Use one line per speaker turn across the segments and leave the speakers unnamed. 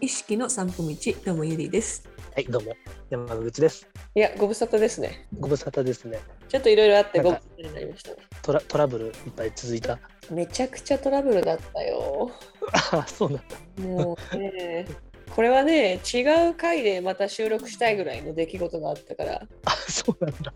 意識の散歩道どうもゆりです
はい、どうも。山口です。
いや、ご無沙汰ですね。
ご無沙汰ですね。
ちょっといろいろあって
な
ご
ん
無
か
沙汰になりましたね。
トラトラブルいっぱい続いた。
めちゃくちゃトラブルだったよ。
あそうなんだ。
もう ね、これはね、違う回でまた収録したいぐらいの出来事があったから、
あそうなんだ。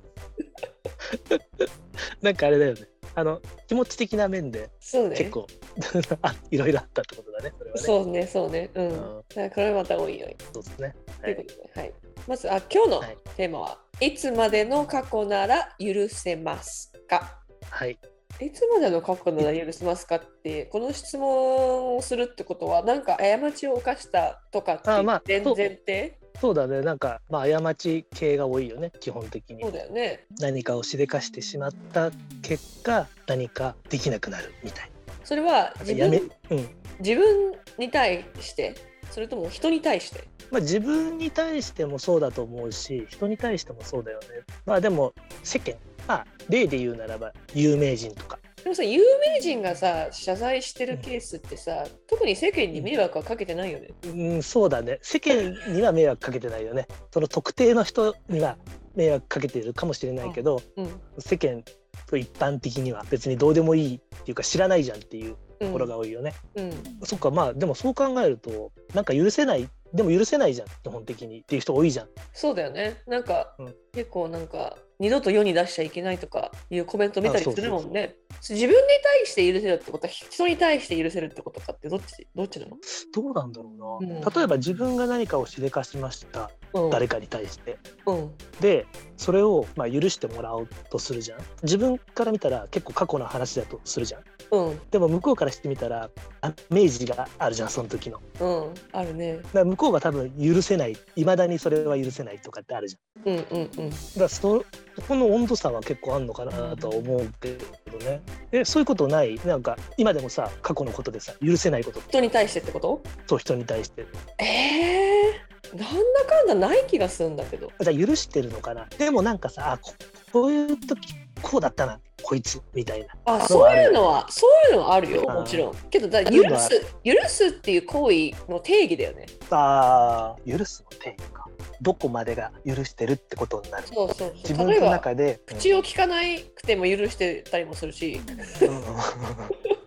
なんかあれだよね。あの、気持ち的な面で
そうね。
結構、 あいろいろあったってことだね。それはね。
そうね、そうね。うん。
うん
だからこれまたおいおい。
そうですね。
と
はい
いうことで、はい。まず、あ、今日の
はい
テーマは、い、つまでの過去なら許せますか
はい。
いつまでの過去なら許せますかって、この質問をするってことは、なんか過ちを犯したとかって
あまあ
いう
そう
前前提
そうだね。なんか、まあ、過ち系が多いよね。基本的に
そう。だよね。
何かをしでかしてしまった結果、何かできなくなるみたい
それは
な。
自
やめ、
分
うん。
自分に対してそれとも人に対して
まあ、自分に対してもそうだと思うし人に対してもそうだよねまあでも世間まあ例で言うならば有名人とか
でもさ有名人がさ謝罪してるケースってさ特に世間に迷惑はかけてないよね
うんそうだね世間には迷惑かけてないよねその特定の人には迷惑かけているかもしれないけど
うん、
世間と一般的には別にどうでもいいっていうか知らないじゃんっていう
う
と
ん
ころが多いよね、
うん、
そっかまあでもそう考えるとなんか許せないでも許せないじゃん基本的にっていう人多いじゃん
そうだよねなんか、
うん
結構なんか二度と世に出しちゃいけないとかいうコメント見たりするもんね自分に対して許せるってことは人に対して許せるってことかってどっちどっちなの、
どうなんだろうな、
うん
例えば自分が何かをしでかしました
うん、
誰かに対して
うん
でそれをまあ許してもらおうとするじゃん自分から見たら結構過去の話だとするじゃん
うん
でも向こうからしてみたらダメージがあるじゃんその時のだか
うんあるね
ら向こうが多分許せないいまだにそれは許せないとかってあるじゃん
うんうんうん
だからそそこの温度差は結構あんのかなとは思うけどねえそういうことないなんか今でもさ過去のことでさ許せないこと
人に対してってこと
と人に対して
えー、なんだかんだない気がするんだけど。
じゃあ許してるのかなでもなんかさあここういう時こうだったなこいつみたいな
あ、
そう
そう
ある
いうのは、そういうのはあるよ、
あー
もちろん。けど、だ許
いうのは
す、許すっていう行為の定義だよね。
あー許すの定義かどこまでが許してるってことになる
そうそう
自
そう。
分
例え
の
ば、
中で
口を聞かなくても許してたりもするし、
うんうん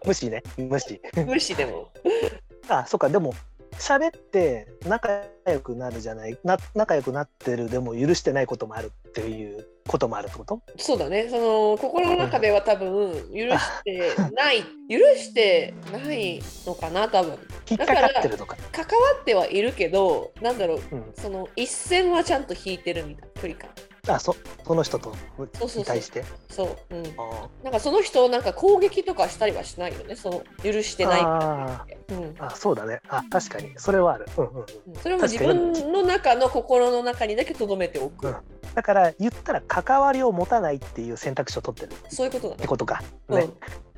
無視ね無視
無視でも。
あそっかでも喋って仲良くなるじゃないな仲良くなってるでも許してないこともあるっていうこともあるってこと
そうだね、その心の中では多分、許して ない、許してないのかな、多分。
引っ
だ
か
から
かってるとか
関わってはいるけど、なんだろう、
うん、
その一線はちゃんと引いてるみたいな距離感。
あそその人と
そうそう
に対して
そう。うん
あー
なんかその人をなんか攻撃とかしたりはしないよね。その許してない
あ
って。うん。
ーあそうだねあ確かにそれはある、うんうんうん、
それも自分の中の心の中にだけ留めておく。
うんだから言ったら関わりを持たないっていう選択肢を取ってるっ
そういうことだ
て
ね。
ことかね、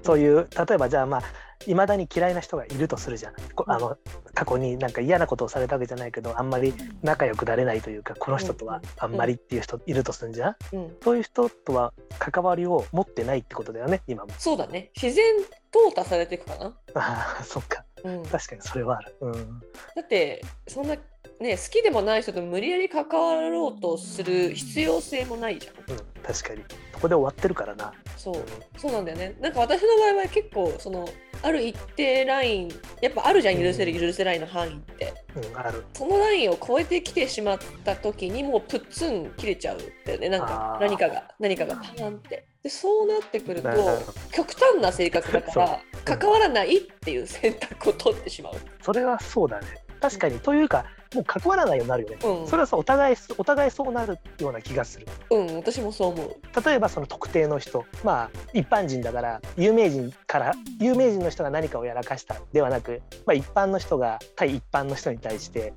そういう例えばじゃあまあいまだに嫌いな人がいるとするじゃんこあの過去になんか嫌なことをされたわけじゃないけどあんまり仲良くなれないというかこの人とはあんまりっていう人いるとするじゃん
うん。うん。
そういう人とは関わりを持ってないってことだよね今も
そうだね。自然淘汰されていくかな。
ああそっか
うん。だ
確かにそれはある、うん、
ってそんなね好きでもない人と無理やり関わろうとする必要性もないじゃん。
うん、確かにそこで終わってるからな、
そう。そうなんだよね。なんか私の場合は結構そのある一定ラインやっぱあるじゃん許せる許せないの範囲って。
うん、ある
そのラインを超えてきてしまった時にもうプッツン切れちゃうってねなんか
あー
何かが何かがパーンってでそうなってくると
なるほど
極端な性格だか
そ
ら
う
関わらないっていう選択を取ってしまう、
それはそうだね確かにというかもう関わらないようになるよね
うん、
それはさお互いお互いそうなるような気がする
うん私もそう思う
例えばその特定の人まあ一般人だから有名人から有名人の人が何かをやらかしたではなく、まあ、一般の人が対一般の人に対して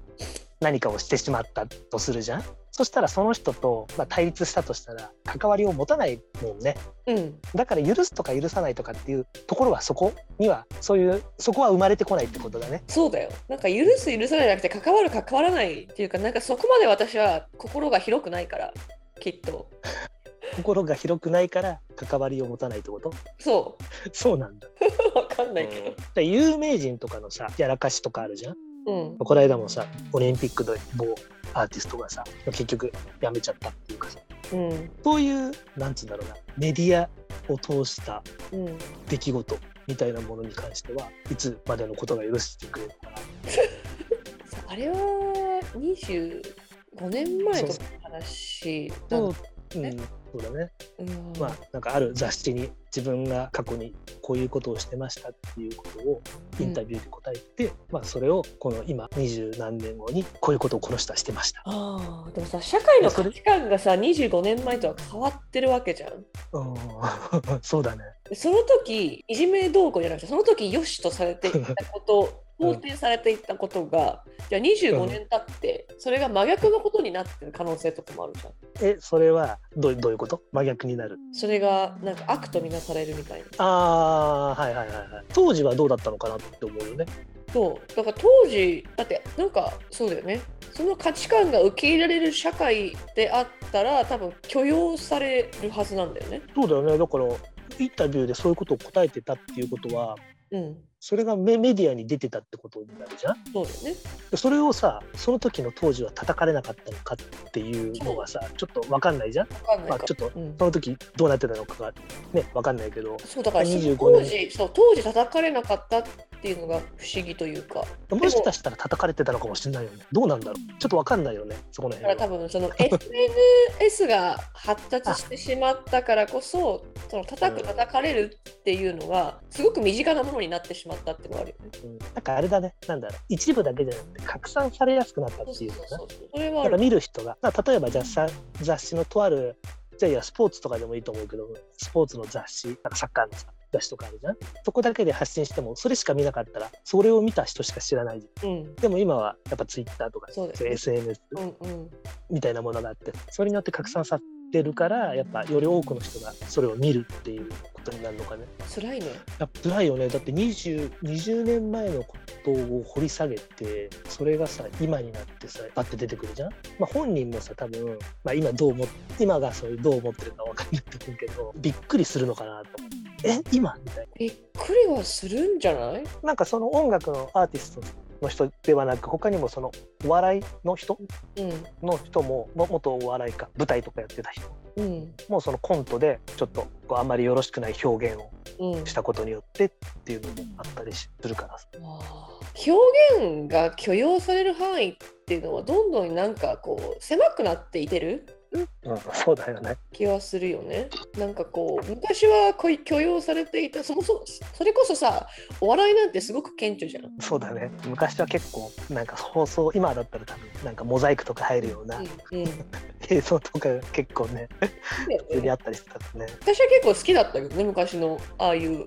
何かをしてしまったとするじゃんそしたらその人と、まあ、対立したとしたら関わりを持たないもんね
うん
だから許すとか許さないとかっていうところはそこにはそういうそこは生まれてこないってことだね
そうだよなんか許す許さないじゃなくて関わる関わらないっていうかなんかそこまで私は心が広くないからきっと
心が広くないから関わりを持たないってこと
そ
そうなんだ
う わかんないけど
で有名人とかのさやらかしとかあるじゃん
うん。
この間もさオリンピックの某アーティストがさ結局やめちゃったっていうかさ
うん。
そういうなんつうんだろうなメディアを通した
うん。
出来事みたいなものに関してはいつまでのことが許してくれるのかな
あれは25年前とかの話な
そ
の
う,、うん、そうだね、
うん
まあなんかある雑誌に自分が過去にこういうことをしてましたっていうことをインタビューで答えて、まあそれをこの今二十何年後にこういうことをこの人はしてました、
ああでもさ社会の価値観がさ25年前とは変わってるわけじゃん。
うんそうだね
でその時いじめ動向じゃなくてその時よしとされていたこと
うん
肯定されていったことがじゃあ25年経ってそれが真逆のことになってる可能性とかもあるじゃん。
えそれはどうどういうこと真逆になる
それがなんか悪とみなされるみたいな。
あーはいはいはいはい当時はどうだったのかなって思うよね
そうだから当時だってなんかそうだよねその価値観が受け入れられる社会であったら多分許容されるはずなんだよね。
そうだよねだからインタビューでそういうことを答えてたっていうことは
うん
それがメメディアに出てたってことになるじゃん
そうだよね。
でそれをさその時の当時は叩かれなかったのかっていうのがさちょっと分かんないじゃん
わかんない
ま
か
あ
ら
ちょっと
うん
その時どうなってたのかがね分かんないけど
そうだからその
25
当時そう当時叩かれなかったっていうのが不思議というか
もしかしたら叩かれてたのかもしれないよねどうなんだろうちょっと分かんないよねそこの
だから
辺
多
は。
分その SNS が発達してしまったからこそその叩く叩かれるっていうのがすごく身近なものになってしまったっていうのがあるよね。
うんなんかあれだねなんだろう一部だけじゃなくて拡散されやすくなった
そう
って
そ
いううのか
そ
な
うそうそれはあ
だから
る。
見る人が、まあ、例えばじゃあさ雑誌のとあるじゃあいやスポーツとかでもいいと思うけどスポーツの雑誌なんかサッカーのさ雑誌とかあるじゃんそこだけで発信してもそれしか見なかったらそれを見た人しか知らないじゃ
うん
んでも今はやっぱツイッターとか
そうだよ
そういう
ね
SNS
うんうん
みたいなものがあってそれによって拡散されてるからやっぱより多くの人がそれを見るっていうことになるのかね
辛いね。
やっぱ辛いよねだって 20, 20年前のことを掘り下げてそれがさ今になってさバッて出てくるじゃん、まあ、本人もさ多分、まあ、今どう思っ今がそういうどう思ってるか分かんないと思うけどびっくりするのかなと思ってえ今みたい
びっくりはするんじゃない
ななんかその音楽のアーティストの人ではなく他にもそのお笑いの人
うん
の人もも元お笑いか舞台とかやってた人
うん
もうそのコントでちょっとこうあんまりよろしくない表現を
うん。
したことによってっていうのもあったりしするからさ
表現が許容される範囲っていうのはどんどんなんかこう狭くなっていってる
うん、そうだよね。
気はするよね。なんかこう昔はこう許容されていたそもそもそれこそさお笑いなんてすごく顕著じゃん。
そうだね。昔は結構なんか放送今だったら多分なんかモザイクとか入るような
うんうん
映像とかが結構ね普通に
で
あったりしてたからね。
私は結構好きだったけどね昔のああいう
う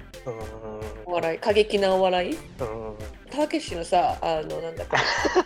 お笑い過激なお笑い
ーん。う
たけしのさあのなんだか
ーん。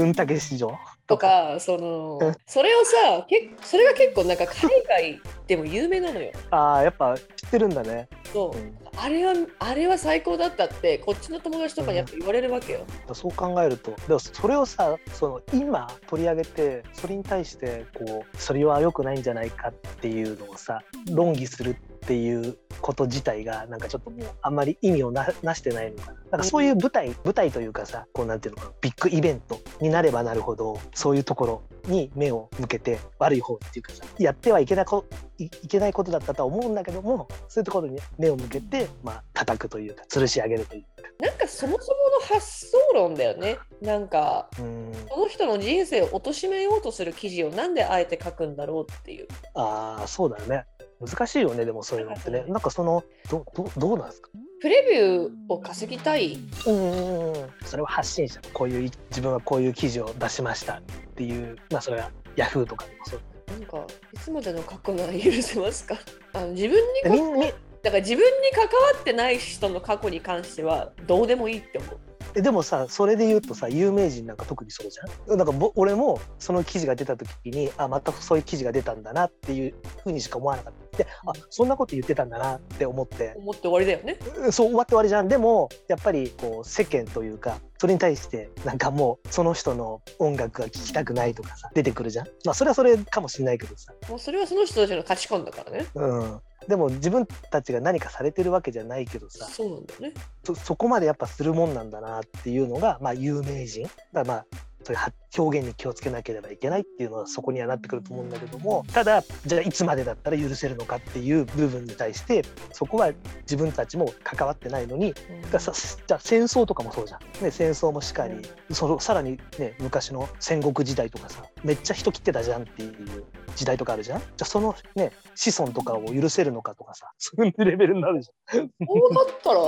うんたけ市場
と。かその
うん
それをさけそれが結構なんか海外でも有名なのよ。
ああやっぱ知ってるんだね。
そう
うん
あれはあれは最高だったってこっちの友達とかにやっぱ言われるわけよ。
そう考えると、でもそれをさ、その今取り上げて、それに対してこうそれは良くないんじゃないかっていうのをさ、論議するっていうこと自体がなんかちょっともうあんまり意味をななしてないのかな。なんかそういう舞台、舞台というかさ、こうなんていうのかな、ビッグイベントになればなるほど、そういうところに目を向けて悪い方っていうかさ、やってはいけないこいいけないことだったとは思うんだけども、そういうところに目を向けてまあ叩くというか、吊るし上げるという
なんかそもそもの発想論だよね。なんか
か。うん。
この人の人生を貶めようとする記事をなんであえて書くんだろうっていう。
ああそうだよね難しいよねでもそういうのってねなんかそのどどどうなんですか
プレビューを稼ぎたい。
うんうんうんそれは発信者こういう自分はこういう記事を出しましたっていうまあそれはヤフーとかでもそう
なんかいつまでの過去なら許せますかあの自分に
みんみ
だから自分に関わってない人の過去に関してはどうでもいいって思う。
えでもさそれで言うとさ有名人なんか特にそうじゃんなんかぼ俺もその記事が出た時にあまたそういう記事が出たんだなっていうふうにしか思わなかったであそんなこと言ってたんだなって思って
思って終わりだよね。
そう終わって終わりじゃんでもやっぱりこう世間というかそれに対してなんかもうその人の音楽が聴きたくないとかさ出てくるじゃんまあそれはそれかもしれないけどさ
もうそれはその人たちの価値観だからね。
うんでも自分たちが何かされてるわけじゃないけどさ
そうなんだよね。
そそこまでやっぱするもんなんだなっていうのが、まあ、有名人だからまあそういうは表現に気をつけなければいけないっていうのはそこにはなってくると思うんだけどもただじゃあいつまでだったら許せるのかっていう部分に対してそこは自分たちも関わってないのにだからさじゃあ戦争とかもそうじゃん、ね、戦争もしかり、そのさらに、ね、昔の戦国時代とかさめっちゃ人切ってたじゃんっていう時代とかあるじゃんじゃあその、ね、子孫とかを許せるのかとかさ そういうレベルになるじ
そうだ ったら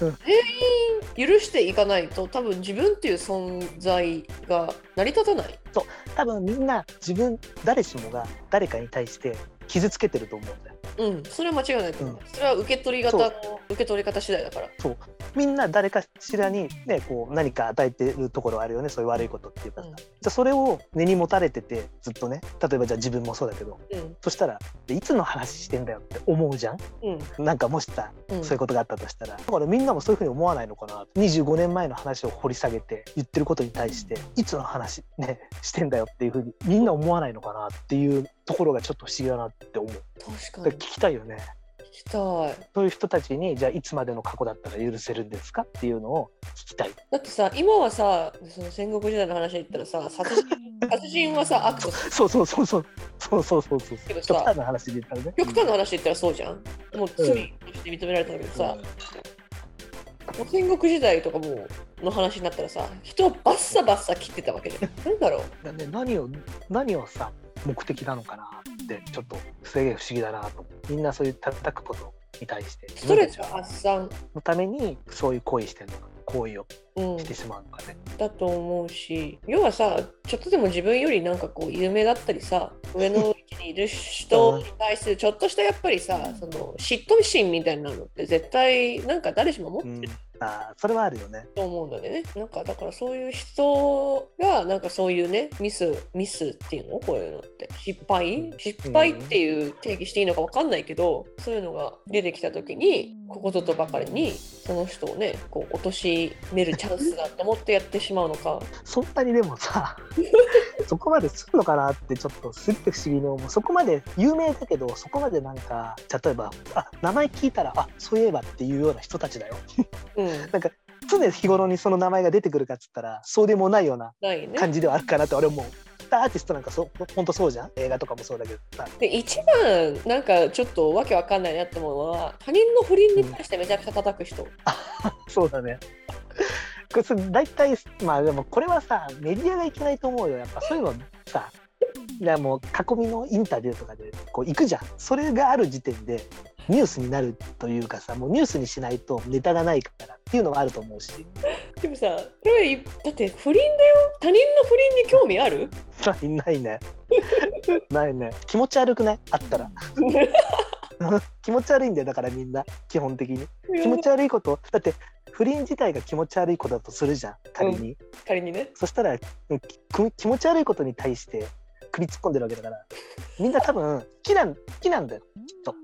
全員許していかないと多分自分っていう存在が成り立たない。
ゃん多分みんな自分誰しもが誰かに対して傷つけてると思うんだよ
うん、それは間違いないと思う。それは受け取り方
そ
の
う
受け取り方次第だから。
みんな誰かしらに、ね、こう何か与えてるところあるよねそういう悪いことっていうか
う
さ、
ん
じゃあそれを根に持たれててずっとね例えばじゃあ自分もそうだけど
うん
そしたらいつの話してんだよって思うじゃん
うん
なんかもしさ
うん
そういうことがあったとしたら、だからみんなもそういうふうに思わないのかな25年前の話を掘り下げて言ってることに対していつの話、ね、 してんだよっていうふうにみんな思わないのかなっていうところがちょっと不思議だなって思うだか
確からに
聞きたいよね
聞きたい。
そういう人たちにじゃあいつまでの過去だったら許せるんですかっていうのを聞きたい
だってさ今はさその戦国時代の話で言ったらさ殺 人殺人はさ悪とする
そうそうそうそうそうそうそうそう
けど
極
さ
端な話で言ったらね
極端な話で言ったらそうじゃんもう罪として認められたんだけどさ、もう戦国時代とかもうの話になったらさ人をバッサバッサ切ってたわけじゃんなんだろう
だね、何を何をさ目的なのかなってちょっとすげえ不思議だなと思うみんなそういう叩くことに対して
ストレス
自分たち
発散、
のためにそういう行為してるのか行為を
うん
し、てしまうのかね、
だと思うし要はさちょっとでも自分よりなんかこう有名だったりさ上の位置にいる人に対するちょっとしたやっぱりさその嫉妬心みたいなのって絶対なんか誰しも持って
う
る
んあーそれはあるよね
と思うのでねなんかだからそういう人がなんかそういうねミスミスっていうのこういうのって失敗失敗っていう定義していいのかわかんないけどそういうのが出てきた時にここぞとばかりにその人をねこう落としめるチャンスだと思ってやってしまうのか
そんなにでもさ そこまでするのかなってちょっとすって不思議に思うそこまで有名だけどそこまでなんか例えばあ名前聞いたらあそういえばっていうような人たちだよ
うん
なんか常日頃にその名前が出てくるかっつったらそうでもないような
ないね。
感じではあるかなって俺もアーティストなんかそうほんとそうじゃん映画とかもそうだけどさ
で一番なんかちょっとわけわかんないなって思うのは他人の不倫に対してめちゃくちゃ叩く人。
そうだねこれそ大体まあでもこれはさメディアがいけないと思うよやっぱそういうのさいやもう囲みのインタビューとかでこう行くじゃんそれがある時点でニュースになるというかさもうニュースにしないとネタがないからっていうのはあると思うし
でもさそれはいだって不倫だよ他人の不倫に興味ある
ないないねないね気持ち悪くないあった ら気持ち悪いんだよだからみんな基本的に気持ち悪いことだって不倫自体が気持ち悪いことだとするじゃん仮に、
仮にね
そしたらうんきく気持ち悪いことに対して首突っ込んでるわけだからみんな多分好きなん好きなんだよきっと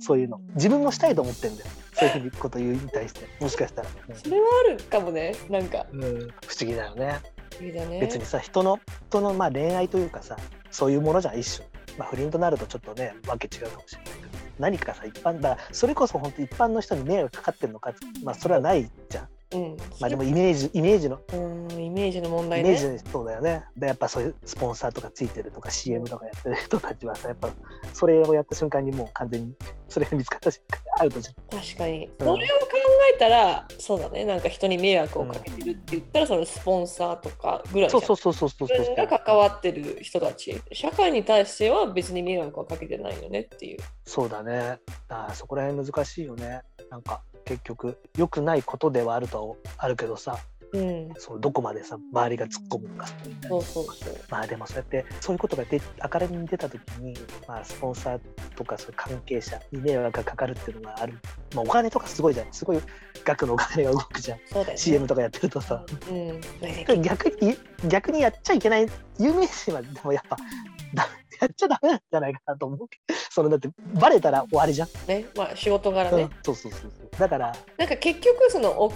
そういうの自分もしたいと思ってんだよそういうふうにこと言うに対してもしかしたら、
それはあるかもねなんか
うんうん不思議だよね
いいだね
別にさ人の人のまあ恋愛というかさそういうものじゃん一種、まあ、不倫となるとちょっとねわけ違うかもしれないけど何かさ一般だからそれこそ本当一般の人に迷惑かかってるのかまあそれはないじゃん
うん
まあでもイメージイメージの
うんイメージの問
イ
題
メ
ね
ージそうだよね。でやっぱそういうスポンサーとかついてるとか CM とかやってる人たちはさやっぱそれをやった瞬間にもう完全にそれが見つかった瞬間にアウトじ
確かに、
うん
それを考えたらそうだねなんか人に迷惑をかけてるって言ったら、そのスポンサーとかぐら
ゃ
いじ
ん。そ
ゃ
うんそうそうそうそうそう。
自分が関わってる人たち社会に対しては別に迷惑はかけてないよねっていう
そうだね。あーそこら辺難しいよね。なんか結局良くないことではあるとはあるけどさ
うん
そのどこまでさ周りが突っ込むのかみたいな
そうそうそう
まあでもそうやってそういうことがで明るみに出た時に、まあ、スポンサーとかそういう関係者に迷惑がかかるっていうのがある、まあ、お金とかすごいじゃんすごい額のお金が動くじゃん
そうだよね
CM とかやってるとさ
うんね
逆に逆にやっちゃいけない有名人はでもやっぱだやっちゃダメなんじゃないかなと思うそのだってバレたら終わりじゃん、
ねまあ仕事柄
う
ね、
ん、そうそうそうそうだから
なんか結局そのお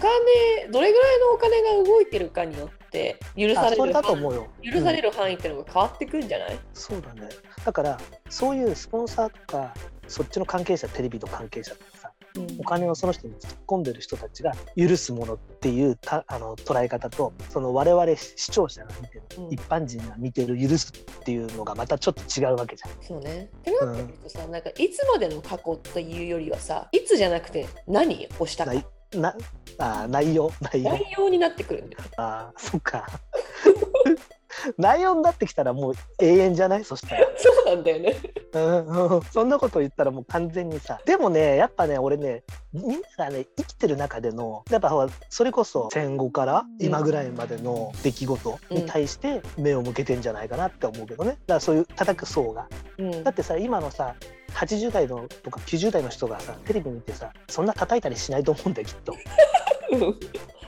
金どれぐらいのお金が動いてるかによって許さ
あ
れ
それ
る
だと思うよ
許される範囲っていうのが変わってくんじゃない、
そうだねだからそういうスポンサーとかそっちの関係者テレビの関係者とかさ
うん
お金をその人に突っ込んでる人たちが許すものっていうたあの捉え方とその我々視聴者が見てる
うん
一般人が見てる許すっていうのがまたちょっと違うわけじゃん。
そうね。ってなってくるとさ、なんかいつまでの過去というよりはさ、いつじゃなくて何をしたか
ないなあー内容内容
内容になってくるんだよ。
あーそっか 内容になってきたらもう永遠じゃないそしたら。
そうなんだよね。
うんうんそんなこと言ったらもう完全にさでもねやっぱね俺ねみんながね生きてる中でのやっぱほらそれこそ戦後から今ぐらいまでの出来事に対して目を向けてんじゃないかなって思うけどねだからそういう叩く層が
うん
だってさ今のさ80代のとか90代の人がさテレビ見てさそんな叩いたりしないと思うんだよきっと
うん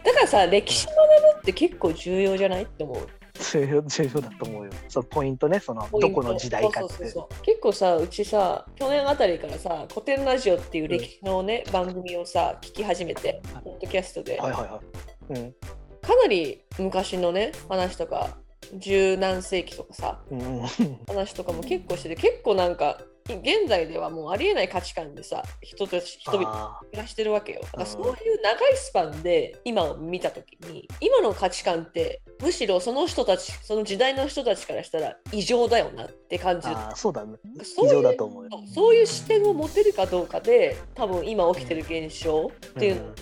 だからさ、歴史学ぶって結構重要じゃないって思う。
重要重要だと思うよそのポイントねその
ポイント
どこの時代か
そう
っ
そうそ
て
うそう結構さうちさ去年あたりからさ「古典ラジオ」っていう歴史のね、番組をさ聞き始めて
はい
ポッドキャストで、
はいはいはいうん
かなり昔のね話とか十何世紀とかさ
うんうん
話とかも結構してて結構なんか現在ではもうありえない価値観でさ人と人々
あ
暮らしてるわけよだから
うん
そういう長いスパンで今を見た時に今の価値観ってむしろその人たちその時代の人たちからしたら異常だよなって感
ー
じる
あーそうだね
そう
異
いう
常だと思うよ
そういう視点を持てるかどうかで多分今起きてる現象っていうのをもっ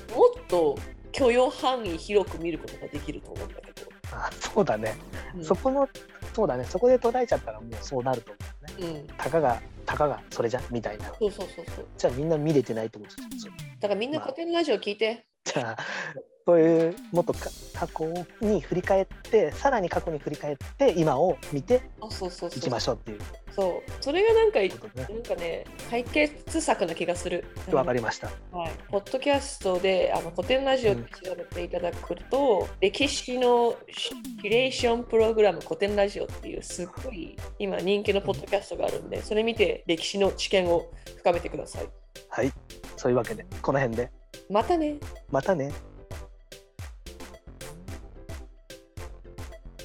と許容範囲広く見ることができると思うんだけど、
あ そうだね、
うん
そこのそうだねそこで捉えちゃったらもうそうなると思うね
うん、
たかがたかがそれじゃんみたいな
そうそうそうそう
じゃあみんな見れてないと思うそう
だからみんな古典ラジオ聞いて、
じゃあそういうもっとか過去に振り返ってさらに過去に振り返って今を見て
あそうそう
い
そ
きま
う
しょうっていう
そうそれがなんか
ことね
なんかね解決策な気がする
わかりました
はい、ポッドキャストであの古典ラジオで調べていただくと、歴史のキュレーションプログラム古典ラジオっていうすっごい今人気のポッドキャストがあるんでそれ見て歴史の知見を深めてください。
はいそういうわけでこの辺で
またね
またね